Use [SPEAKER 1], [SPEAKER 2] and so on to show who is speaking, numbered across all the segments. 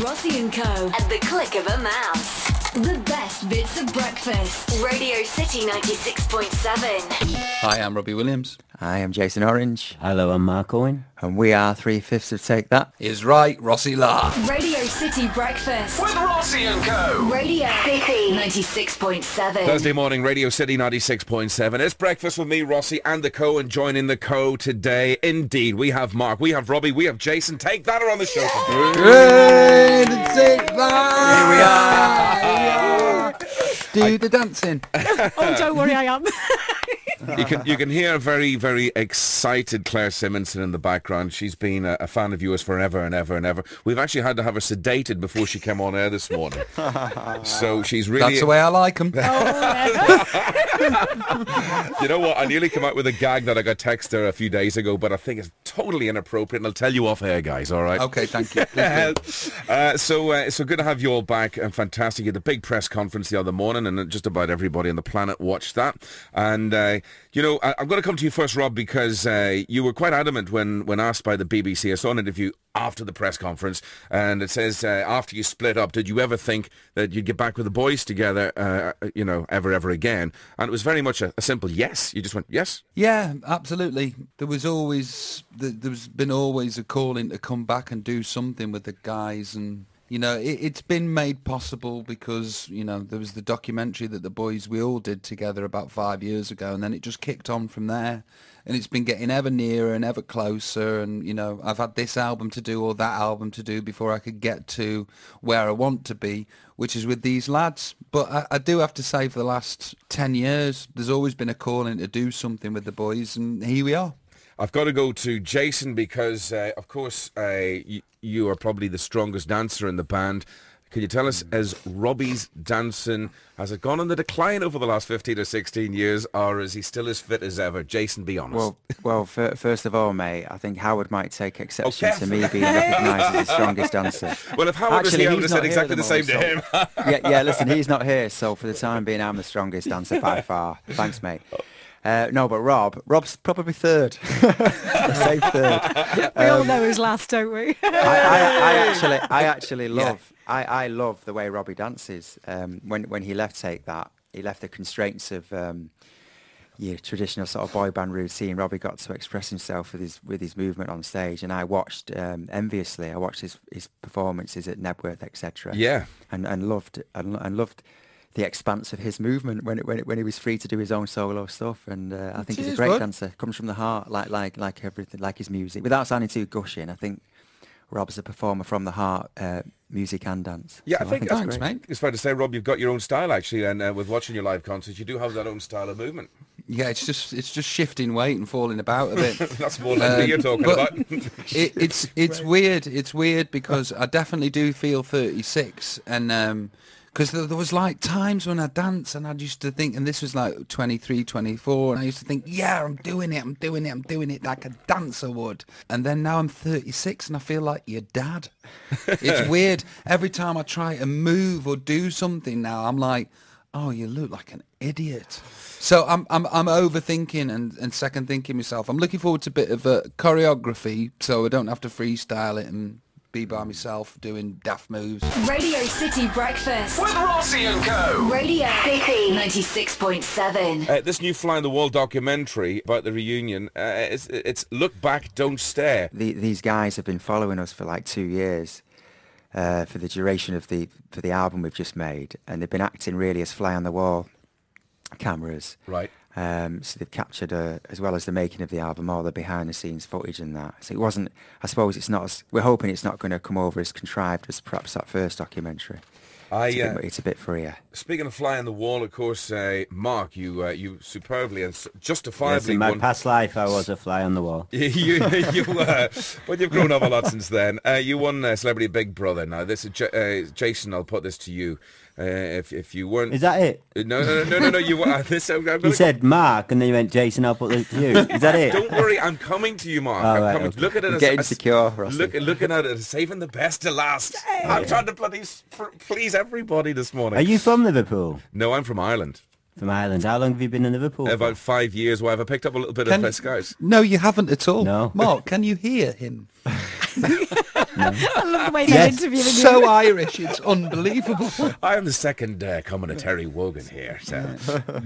[SPEAKER 1] Rossi and Co. at the click of a mouse. The best bits of breakfast. Radio City 96.7.
[SPEAKER 2] Hi, I'm Robbie Williams.
[SPEAKER 3] I am Jason Orange,
[SPEAKER 4] Hello, I'm Mark Owen.
[SPEAKER 3] and we are three fifths of Take That.
[SPEAKER 2] Is right, Rossi La.
[SPEAKER 1] Radio City Breakfast.
[SPEAKER 5] With Rossi and Co.
[SPEAKER 1] Radio City 96.7.
[SPEAKER 6] Thursday morning, Radio City 96.7. It's breakfast with me, Rossi, and the co, and joining the co today. Indeed, we have Mark, we have Robbie, we have Jason. Take that on the show.
[SPEAKER 3] Hey,
[SPEAKER 6] today.
[SPEAKER 3] the Take That! Here we are! Do the dancing.
[SPEAKER 7] Oh, don't worry, I am.
[SPEAKER 6] You can you can hear a very very excited Claire Simonson in the background. She's been a, a fan of yours forever and ever and ever. We've actually had to have her sedated before she came on air this morning. so she's really
[SPEAKER 2] That's the way I like them.
[SPEAKER 6] You know what? I nearly came out with a gag that I got texted her a few days ago, but I think it's totally inappropriate, and I'll tell you off air, guys. All right?
[SPEAKER 2] Okay, thank you. Please
[SPEAKER 6] Uh, uh, so, uh, so good to have you all back and fantastic. You had the big press conference the other morning and just about everybody on the planet watched that. And, uh, you know, I, I'm going to come to you first, Rob, because uh, you were quite adamant when, when asked by the BBC. I saw an interview after the press conference and it says, uh, after you split up, did you ever think that you'd get back with the boys together, uh, you know, ever, ever again? And it was very much a, a simple yes. You just went, yes.
[SPEAKER 2] Yeah, absolutely. There was always, th- there's been always a calling to come back and do something with the guys and, you know, it, it's been made possible because, you know, there was the documentary that the boys, we all did together about five years ago and then it just kicked on from there and it's been getting ever nearer and ever closer and, you know, I've had this album to do or that album to do before I could get to where I want to be, which is with these lads. But I, I do have to say for the last 10 years, there's always been a calling to do something with the boys and here we are.
[SPEAKER 6] I've got to go to Jason because, uh, of course, uh, you, you are probably the strongest dancer in the band. Can you tell
[SPEAKER 3] Mm.
[SPEAKER 6] us, as Robbie's dancing, has it gone on the decline over the last 15 or 16 years, or is he still as fit as ever? Jason, be honest.
[SPEAKER 3] Well, well. Fir- first of all, mate, I think Howard might take exception
[SPEAKER 6] Okay.
[SPEAKER 3] to me being recognised as the strongest dancer.
[SPEAKER 6] Well, if Oh, Howard was
[SPEAKER 3] Actually,
[SPEAKER 6] here, I would have
[SPEAKER 3] he's
[SPEAKER 6] said
[SPEAKER 3] not
[SPEAKER 6] exactly the
[SPEAKER 3] here
[SPEAKER 6] same
[SPEAKER 3] at
[SPEAKER 6] to
[SPEAKER 3] the
[SPEAKER 6] him.
[SPEAKER 3] moment, so- yeah, yeah. Listen, he's not here, so for the time being, I'm the strongest dancer by far. Thanks, mate. Uh, no, but Rob, Rob's probably third. Say third.
[SPEAKER 7] We all know who's last, don't we?
[SPEAKER 3] I, I, I actually, I actually love, I, I love the way Robbie dances. Um, when when he left Take That, he left the constraints of um, your traditional sort of boy band routine. Robbie got to express himself with his with his movement on stage, and I watched um, enviously. I watched his his performances at Nebworth, etc.
[SPEAKER 6] Yeah.
[SPEAKER 3] and and loved and, lo- and loved. The expanse of his movement when it, when, it, when he was free to do his own solo stuff, and uh, I think he's
[SPEAKER 2] Cheers,
[SPEAKER 3] a great
[SPEAKER 2] bud.
[SPEAKER 3] dancer. Comes from the heart, like like like everything, like his music. Without sounding too gushing, I think Rob's a performer from the heart, uh, music and dance.
[SPEAKER 6] Yeah, I
[SPEAKER 3] So
[SPEAKER 6] think,
[SPEAKER 3] it's
[SPEAKER 6] that's
[SPEAKER 3] great.
[SPEAKER 6] great. It's fair to say, Rob, you've got your own style, actually, and uh, with watching your live concerts, you do have that own style of movement.
[SPEAKER 2] Yeah, it's just it's just shifting weight and falling about a bit.
[SPEAKER 6] That's more than
[SPEAKER 3] Uh,
[SPEAKER 2] Um,
[SPEAKER 6] you're talking
[SPEAKER 2] but-
[SPEAKER 6] about.
[SPEAKER 2] it, it's it's weird. It's weird because I definitely do feel 36, and because there, there was like times when I dance and I used to think, and this was like 23, 24, and I used to think, yeah, I'm doing it, I'm doing it, I'm doing it like a dancer would. And then now I'm 36 and I feel like your dad. It's weird. Every time I try to move or do something now, I'm like, oh, you look like an idiot. So I'm I'm I'm overthinking and, and second thinking myself. I'm looking forward to a bit of uh, choreography, so I don't have to freestyle it and be by myself doing daft moves.
[SPEAKER 1] Radio City Breakfast.
[SPEAKER 5] With Rossi and Co.
[SPEAKER 1] Radio City 96.7.
[SPEAKER 6] Uh, this new Fly on the Wall documentary about the reunion, uh, it's, it's Look Back, Don't Stare.
[SPEAKER 3] The, these guys have been following us for like two years uh, for the duration of the for the album we've just made, and they've been acting really as fly on the wall cameras.
[SPEAKER 6] Right.
[SPEAKER 3] Um, so they've captured, uh, as well as the making of the album, all the behind-the-scenes footage and that. So it wasn't. I suppose it's not. As, we're hoping it's not going to come over as contrived as perhaps that first documentary.
[SPEAKER 6] I,
[SPEAKER 3] it's, a
[SPEAKER 6] uh,
[SPEAKER 3] bit, it's a bit freer.
[SPEAKER 6] Speaking of fly on the wall, of course, uh, Mark, you uh, you superbly and s-
[SPEAKER 4] Yes,
[SPEAKER 6] justifiably
[SPEAKER 4] in my
[SPEAKER 6] won.
[SPEAKER 4] past life, I was a fly on the wall.
[SPEAKER 6] you you were, but you've grown up a lot since then. Uh, you won uh, Celebrity Big Brother. Now, this is J- uh, Jason. I'll put this to you. Uh, if if you weren't,
[SPEAKER 4] Is that it?
[SPEAKER 6] Uh, No, no, no, no, no. no you were. Uh, this, I'm, I'm
[SPEAKER 4] You
[SPEAKER 6] gonna
[SPEAKER 4] said Mark, and then you went Jason. I'll put this to you. Is that
[SPEAKER 6] Go,
[SPEAKER 4] it?
[SPEAKER 6] don't worry, I'm coming to you, Mark.
[SPEAKER 4] All
[SPEAKER 6] I'm
[SPEAKER 4] right,
[SPEAKER 6] coming.
[SPEAKER 4] okay.
[SPEAKER 6] Look at it
[SPEAKER 3] You're
[SPEAKER 6] as
[SPEAKER 3] getting
[SPEAKER 6] as-
[SPEAKER 3] secure, Rossi.
[SPEAKER 6] Look, looking at it, as saving the best to last. I'm trying to bloody s- pr- please everybody this morning.
[SPEAKER 4] Are you from Liverpool?
[SPEAKER 6] No, I'm from Ireland.
[SPEAKER 4] From Ireland? How long have you been in Liverpool? for?
[SPEAKER 6] About five years. Where I've picked up a little bit
[SPEAKER 2] Can-
[SPEAKER 6] of Pesco's.
[SPEAKER 2] No, you haven't at all.
[SPEAKER 4] No.
[SPEAKER 2] Mark, can you hear him?
[SPEAKER 7] I love the way they're
[SPEAKER 2] Yes.
[SPEAKER 7] interviewing
[SPEAKER 2] So
[SPEAKER 7] you.
[SPEAKER 2] Irish, it's unbelievable.
[SPEAKER 6] I am the second uh, coming of Terry Wogan here. So.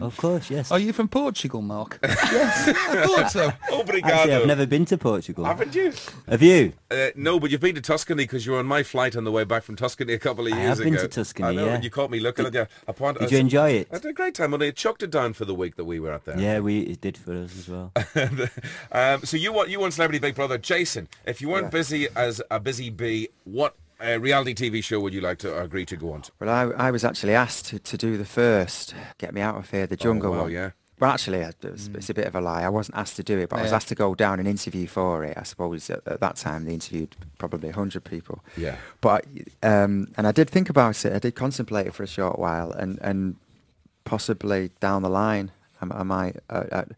[SPEAKER 4] Of course, yes.
[SPEAKER 2] Are Oh, you from Portugal, Mark? yes. I thought so.
[SPEAKER 6] Obrigado.
[SPEAKER 4] Actually, I've never been to Portugal.
[SPEAKER 6] Haven't you?
[SPEAKER 4] Have you?
[SPEAKER 6] Uh, no, but you've been to Tuscany because you were on my flight on the way back from Tuscany a couple of
[SPEAKER 4] I
[SPEAKER 6] years
[SPEAKER 4] have
[SPEAKER 6] ago.
[SPEAKER 4] been to Tuscany,
[SPEAKER 6] I know,
[SPEAKER 4] yeah.
[SPEAKER 6] and you caught me looking at you. I pointed-
[SPEAKER 4] Did
[SPEAKER 6] I
[SPEAKER 4] you
[SPEAKER 6] said-
[SPEAKER 4] enjoy it?
[SPEAKER 6] I had a great time. and I chucked it down for the week that we were out there.
[SPEAKER 4] Yeah, we it did for us as well.
[SPEAKER 6] Um, so you want you want Celebrity Big Brother, Jason? If you weren't busy as a busy bee, what uh, reality TV show would you like to agree to go on to?
[SPEAKER 3] Well, I, I was actually asked to, to do the first, get me out of here, the jungle
[SPEAKER 6] Oh, wow,
[SPEAKER 3] one.
[SPEAKER 6] yeah. Hmm.
[SPEAKER 3] Well, actually, I- it's, it's a bit of a lie. I wasn't asked to do it, but I was
[SPEAKER 2] Yeah.
[SPEAKER 3] asked to go down and interview for it. I suppose at, at that time they interviewed probably 100 people.
[SPEAKER 6] Yeah.
[SPEAKER 3] But, um, and I did think about it. I did contemplate it for a short while and, and possibly down the line, I, I might, uh, I'd,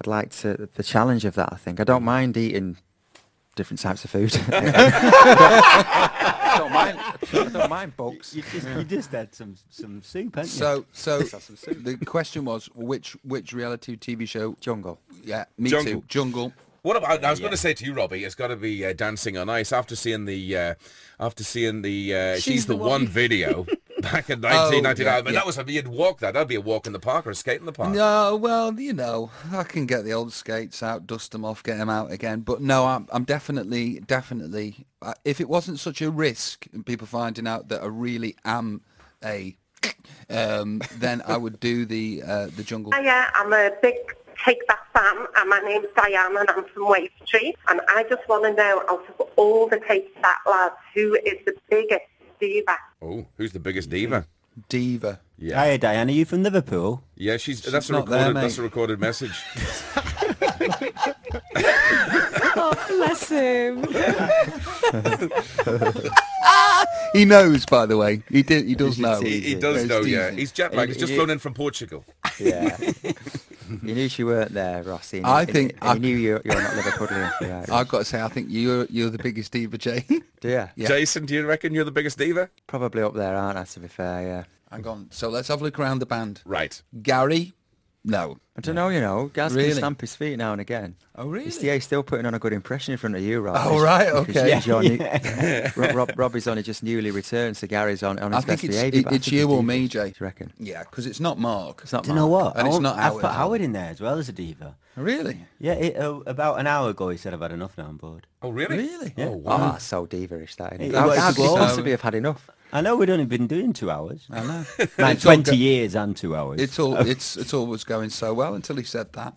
[SPEAKER 3] I'd like to, the challenge of that, I think. I don't mind eating different types of food. I don't mind, I don't mind bugs.
[SPEAKER 4] you, just, you just had some some soup, haven't you?
[SPEAKER 2] So, so the question was, which which reality TV show?
[SPEAKER 3] Jungle.
[SPEAKER 2] Yeah, me
[SPEAKER 6] Jungle.
[SPEAKER 2] too. Jungle.
[SPEAKER 6] What about? I was going to say to you, Robbie, it's got to be uh, Dancing on Ice after seeing the uh, after seeing the uh, she's, the, one, video back in 1999.
[SPEAKER 2] Oh, yeah,
[SPEAKER 6] but
[SPEAKER 2] yeah.
[SPEAKER 6] that was a, you'd walk that. That'd be a walk in the park or a skate in the park.
[SPEAKER 2] No, well, you know, I can get the old skates out, dust them off, get them out again. But no, I'm, I'm definitely, definitely. Uh, if it wasn't such a risk and people finding out that I really am a, um, then I would do the uh, the jungle.
[SPEAKER 8] Hiya, I'm a big Take That fan, and my name's Diane, and I'm from Way Street. And I just want to know, out of all the Take That lads, who is the biggest diva?
[SPEAKER 6] Oh, who's the biggest
[SPEAKER 2] Mm-hmm.
[SPEAKER 6] diva?
[SPEAKER 2] Diva.
[SPEAKER 6] Yeah.
[SPEAKER 4] Hiya, Diane. Are you from Liverpool?
[SPEAKER 6] Yeah, she's, that's a
[SPEAKER 2] not there,
[SPEAKER 6] recorded
[SPEAKER 2] mate.
[SPEAKER 6] that's a recorded message.
[SPEAKER 7] Oh, bless him.
[SPEAKER 2] He knows, by the way. He did. He does know.
[SPEAKER 6] he, he does
[SPEAKER 2] It's
[SPEAKER 6] know, yeah.
[SPEAKER 2] easy.
[SPEAKER 6] He's jet lagged.
[SPEAKER 3] It-
[SPEAKER 6] He's just
[SPEAKER 3] it-
[SPEAKER 6] flown in from Portugal.
[SPEAKER 3] Yeah. you knew she weren't there, Rossi. and-
[SPEAKER 2] I
[SPEAKER 3] and-
[SPEAKER 2] think
[SPEAKER 3] and
[SPEAKER 2] I-
[SPEAKER 3] you knew you, you're not Liverpudlian. Yeah.
[SPEAKER 2] I've got to say, I think you're you're the biggest diva, Jay.
[SPEAKER 3] yeah.
[SPEAKER 2] Yeah.
[SPEAKER 6] Jason, do you reckon you're the biggest diva?
[SPEAKER 3] Probably up there, aren't I? To be fair, yeah.
[SPEAKER 2] Hang on. So let's have a look around the band.
[SPEAKER 6] Right.
[SPEAKER 2] Gary, no.
[SPEAKER 3] I don't know, you know. Gaz
[SPEAKER 2] Really?
[SPEAKER 3] can stamp his feet now and again.
[SPEAKER 2] Oh, really?
[SPEAKER 3] It's the A still putting on a good impression in front of you, Rob.
[SPEAKER 2] Oh, right,
[SPEAKER 3] Because
[SPEAKER 2] okay.
[SPEAKER 3] he's only- Rob, Rob, Rob is only just newly returned, so Gary's on, on
[SPEAKER 2] I
[SPEAKER 3] his
[SPEAKER 2] think
[SPEAKER 3] best
[SPEAKER 2] it's
[SPEAKER 3] behaviour.
[SPEAKER 2] it,
[SPEAKER 3] but I
[SPEAKER 2] it's
[SPEAKER 3] think
[SPEAKER 2] you
[SPEAKER 3] he's
[SPEAKER 2] or
[SPEAKER 3] doing
[SPEAKER 2] me,
[SPEAKER 3] good,
[SPEAKER 2] Jay.
[SPEAKER 3] Do you reckon?
[SPEAKER 2] Yeah, because it's not Mark.
[SPEAKER 3] It's not
[SPEAKER 4] Do you know
[SPEAKER 3] Mark.
[SPEAKER 4] what?
[SPEAKER 2] And
[SPEAKER 4] I
[SPEAKER 2] it's
[SPEAKER 4] won't-
[SPEAKER 2] not
[SPEAKER 4] I've
[SPEAKER 2] Howard.
[SPEAKER 4] put Howard in there as well as a diva.
[SPEAKER 2] Really?
[SPEAKER 4] Yeah, it, uh, about an hour ago he said I've had enough now, I'm bored.
[SPEAKER 6] Oh, really?
[SPEAKER 2] Really?
[SPEAKER 6] Oh,
[SPEAKER 3] Oh,
[SPEAKER 6] wow.
[SPEAKER 3] that's so diva-ish, that.
[SPEAKER 4] It-
[SPEAKER 3] Isn't it?
[SPEAKER 4] it
[SPEAKER 3] How,
[SPEAKER 4] was
[SPEAKER 3] how
[SPEAKER 4] so-
[SPEAKER 3] could you possibly have had enough?
[SPEAKER 4] I know we'd only been doing two hours.
[SPEAKER 2] I know.
[SPEAKER 4] Like
[SPEAKER 2] It's all
[SPEAKER 4] 20
[SPEAKER 2] go-
[SPEAKER 4] years and two hours.
[SPEAKER 2] It's all it's it's all was going so well until he said that.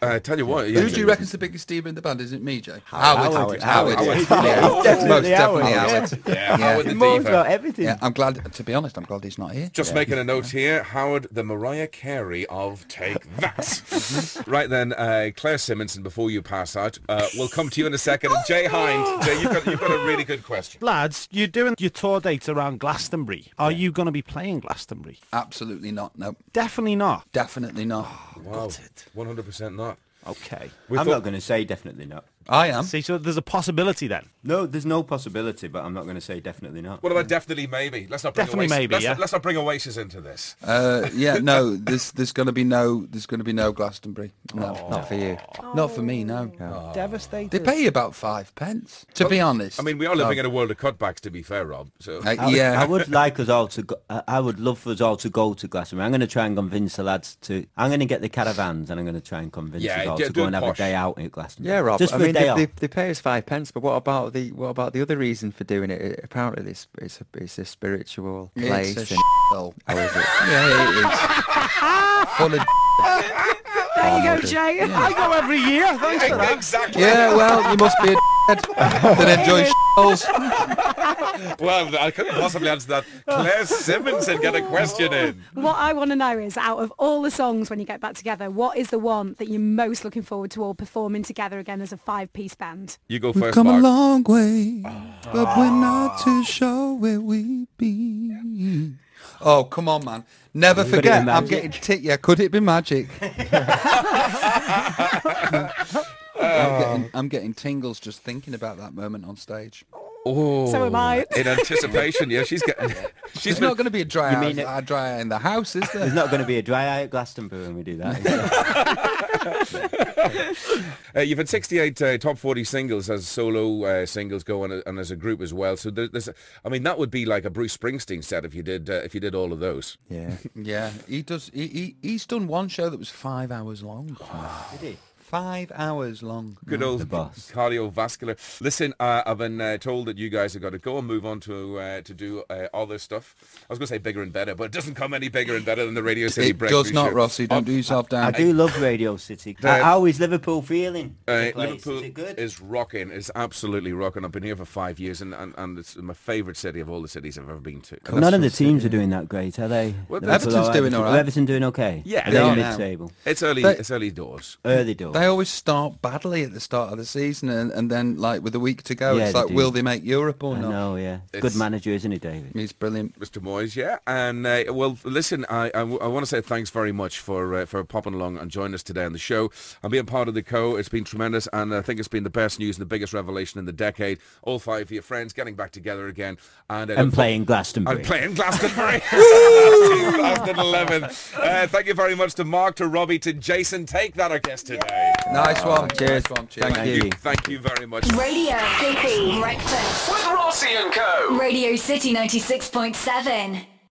[SPEAKER 6] Uh, tell you what.
[SPEAKER 2] Ah. Who do you reckon's the biggest diva in the band? Is it me, Jay?
[SPEAKER 4] Howard, Howard,
[SPEAKER 2] Howard.
[SPEAKER 4] Howard.
[SPEAKER 2] Yeah,
[SPEAKER 4] Oh,
[SPEAKER 2] most
[SPEAKER 4] definitely
[SPEAKER 2] definitely
[SPEAKER 4] Howard.
[SPEAKER 2] Howard.
[SPEAKER 6] Yeah, Howard the
[SPEAKER 4] It moans
[SPEAKER 6] diva.
[SPEAKER 4] about everything.
[SPEAKER 2] Yeah, I'm glad. To be honest, I'm glad he's not here.
[SPEAKER 6] Just making a note here, Howard, the Mariah Carey of Take That. right then, uh, Claire Simonson, before you pass out, uh, we'll come to you in a second.
[SPEAKER 9] Oh,
[SPEAKER 6] And Jay Hind, Jay, you've got, you've got a really good question.
[SPEAKER 9] Lads, you're doing your tour dates around Glastonbury. Are you going to be playing Glastonbury?
[SPEAKER 2] Absolutely not. No,
[SPEAKER 9] Definitely not.
[SPEAKER 2] definitely not.
[SPEAKER 6] Wow, 100% not.
[SPEAKER 9] Okay.
[SPEAKER 6] We
[SPEAKER 4] I'm
[SPEAKER 6] thought-
[SPEAKER 4] not going to say definitely not.
[SPEAKER 2] I am.
[SPEAKER 9] See, so there's a possibility then.
[SPEAKER 4] No, there's no possibility, but I'm not going to say definitely not.
[SPEAKER 6] What about definitely maybe? Let's not bring
[SPEAKER 9] Definitely
[SPEAKER 6] Oasis,
[SPEAKER 9] maybe,
[SPEAKER 6] let's,
[SPEAKER 9] yeah.
[SPEAKER 6] let's not bring Oasis into this.
[SPEAKER 2] Uh, yeah, no. There's there's going to be no there's going to be no Glastonbury. No,
[SPEAKER 3] Not for you.
[SPEAKER 2] not for me. No.
[SPEAKER 9] Devastated.
[SPEAKER 2] They pay you about five pence. To be honest,
[SPEAKER 6] I mean, we are living in a world of cutbacks, to be fair, Rob. So
[SPEAKER 2] Uh,
[SPEAKER 4] I would,
[SPEAKER 2] yeah,
[SPEAKER 4] I would like us all to. Go, I I would love for us all to go to Glastonbury. I'm going to try and convince the lads to. I'm going to get the caravans and I'm going to try and convince
[SPEAKER 6] Yeah,
[SPEAKER 4] us all
[SPEAKER 6] yeah,
[SPEAKER 4] to
[SPEAKER 6] do
[SPEAKER 4] go
[SPEAKER 6] it
[SPEAKER 4] and have
[SPEAKER 6] posh.
[SPEAKER 4] a day out at Glastonbury.
[SPEAKER 3] Yeah, Rob.
[SPEAKER 4] Just
[SPEAKER 3] I
[SPEAKER 4] for
[SPEAKER 3] mean,
[SPEAKER 4] a day
[SPEAKER 3] they, they,
[SPEAKER 4] out.
[SPEAKER 3] they pay us five pence, but what about the what about the other reason for doing it? Apparently, this it's a it's a spiritual place.
[SPEAKER 2] it's a
[SPEAKER 3] and
[SPEAKER 2] shithole.
[SPEAKER 3] how is it?
[SPEAKER 2] Yeah, oh, it is. Full of
[SPEAKER 7] There you go, Jay.
[SPEAKER 9] I go every year. Thanks for that.
[SPEAKER 6] exactly.
[SPEAKER 2] Yeah, well, you must be a that enjoys shitholes.
[SPEAKER 6] Well, I couldn't possibly answer that. Claire Simonson got a question in.
[SPEAKER 7] What I want to know is, out of all the songs when you get back together, what is the one that you're most looking forward to all performing together again as a five-piece band?
[SPEAKER 6] You go
[SPEAKER 2] We've
[SPEAKER 6] first,
[SPEAKER 2] come a
[SPEAKER 6] Mark.
[SPEAKER 2] long way, but we're not too sure where we be. Oh, come on, man. Never
[SPEAKER 4] it
[SPEAKER 2] forget,
[SPEAKER 4] be
[SPEAKER 2] I'm
[SPEAKER 4] magic?
[SPEAKER 2] getting ticked. Yeah, could it be magic? I'm, getting, I'm getting tingles just thinking about that moment on stage.
[SPEAKER 6] Oh,
[SPEAKER 7] So am I.
[SPEAKER 6] In anticipation, yeah, she's getting. She's
[SPEAKER 2] There's
[SPEAKER 6] been-
[SPEAKER 2] not going to be a dry
[SPEAKER 4] You
[SPEAKER 2] eye,
[SPEAKER 4] mean it-
[SPEAKER 2] a dry eye in the house, is
[SPEAKER 4] There's
[SPEAKER 2] there?
[SPEAKER 4] not going to be a dry eye at Glastonbury when we do that. is there?
[SPEAKER 6] Uh, you've had 68 uh, top 40 singles as solo uh, singles go and, and as a group as well. So there, there's, I mean, that would be like a Bruce Springsteen set if you did uh, if you did all of those.
[SPEAKER 3] Yeah.
[SPEAKER 2] yeah, he does. He, he he's done one show that was five hours long.
[SPEAKER 4] Did he?
[SPEAKER 2] Five hours long.
[SPEAKER 6] Good old
[SPEAKER 4] the boss.
[SPEAKER 6] cardiovascular. Listen, uh, I've been uh, told that you guys have got to go and move on to uh, to do uh, other stuff. I was going to say bigger and better, but it doesn't come any bigger and better than the Radio City
[SPEAKER 2] It
[SPEAKER 6] Breakfast
[SPEAKER 2] does not,
[SPEAKER 6] Show.
[SPEAKER 2] Rossi. Don't do yourself down.
[SPEAKER 4] Oh, I do love Radio City.
[SPEAKER 6] Uh,
[SPEAKER 4] How is Liverpool feeling?
[SPEAKER 6] Uh,
[SPEAKER 4] The place,
[SPEAKER 6] Liverpool
[SPEAKER 4] is it good?
[SPEAKER 6] is rocking. It's absolutely rocking. I've been here for five years, and, and, and it's my favourite city of all the cities I've ever been to. And
[SPEAKER 4] None
[SPEAKER 6] that's-
[SPEAKER 4] of the teams are doing that great, are they?
[SPEAKER 6] Well,
[SPEAKER 4] Liverpool
[SPEAKER 2] Everton's
[SPEAKER 4] or
[SPEAKER 2] doing
[SPEAKER 4] Everton?
[SPEAKER 2] all right.
[SPEAKER 4] Are Everton doing okay?
[SPEAKER 6] Yeah, they
[SPEAKER 4] are they
[SPEAKER 6] are
[SPEAKER 2] now.
[SPEAKER 4] mid-table?
[SPEAKER 6] It's early.
[SPEAKER 2] But-
[SPEAKER 6] it's early doors.
[SPEAKER 4] Early doors.
[SPEAKER 2] They always start badly at the start of the season, and, and then like with a week to go,
[SPEAKER 4] Yeah,
[SPEAKER 2] it's
[SPEAKER 4] they
[SPEAKER 2] like,
[SPEAKER 4] do.
[SPEAKER 2] will they make Europe or
[SPEAKER 4] I
[SPEAKER 2] not?
[SPEAKER 4] know, yeah.
[SPEAKER 6] It's-
[SPEAKER 4] Good manager, isn't he, David?
[SPEAKER 2] He's brilliant.
[SPEAKER 6] Mr. Moyes, yeah, and uh, well, listen, I, I, want to say thanks very much for uh, for popping along and joining us today on the show and being part of the co. It's been tremendous, and I think it's been the best news and the biggest revelation in the decade. All five of your friends getting back together again, and uh,
[SPEAKER 4] And playing Glastonbury.
[SPEAKER 6] I'm playing Glastonbury. Glaston 11. Uh, thank you very much to Mark, to Robbie, to Jason. Take that, I guess, today.
[SPEAKER 2] Nice
[SPEAKER 4] Oh,
[SPEAKER 2] one.
[SPEAKER 3] cheers.
[SPEAKER 2] Nice one. Cheers.
[SPEAKER 3] Thank
[SPEAKER 6] Thank you. Thank you very much.
[SPEAKER 1] Radio City Breakfast.
[SPEAKER 5] With Rossi and Co.
[SPEAKER 1] Radio City 96.7.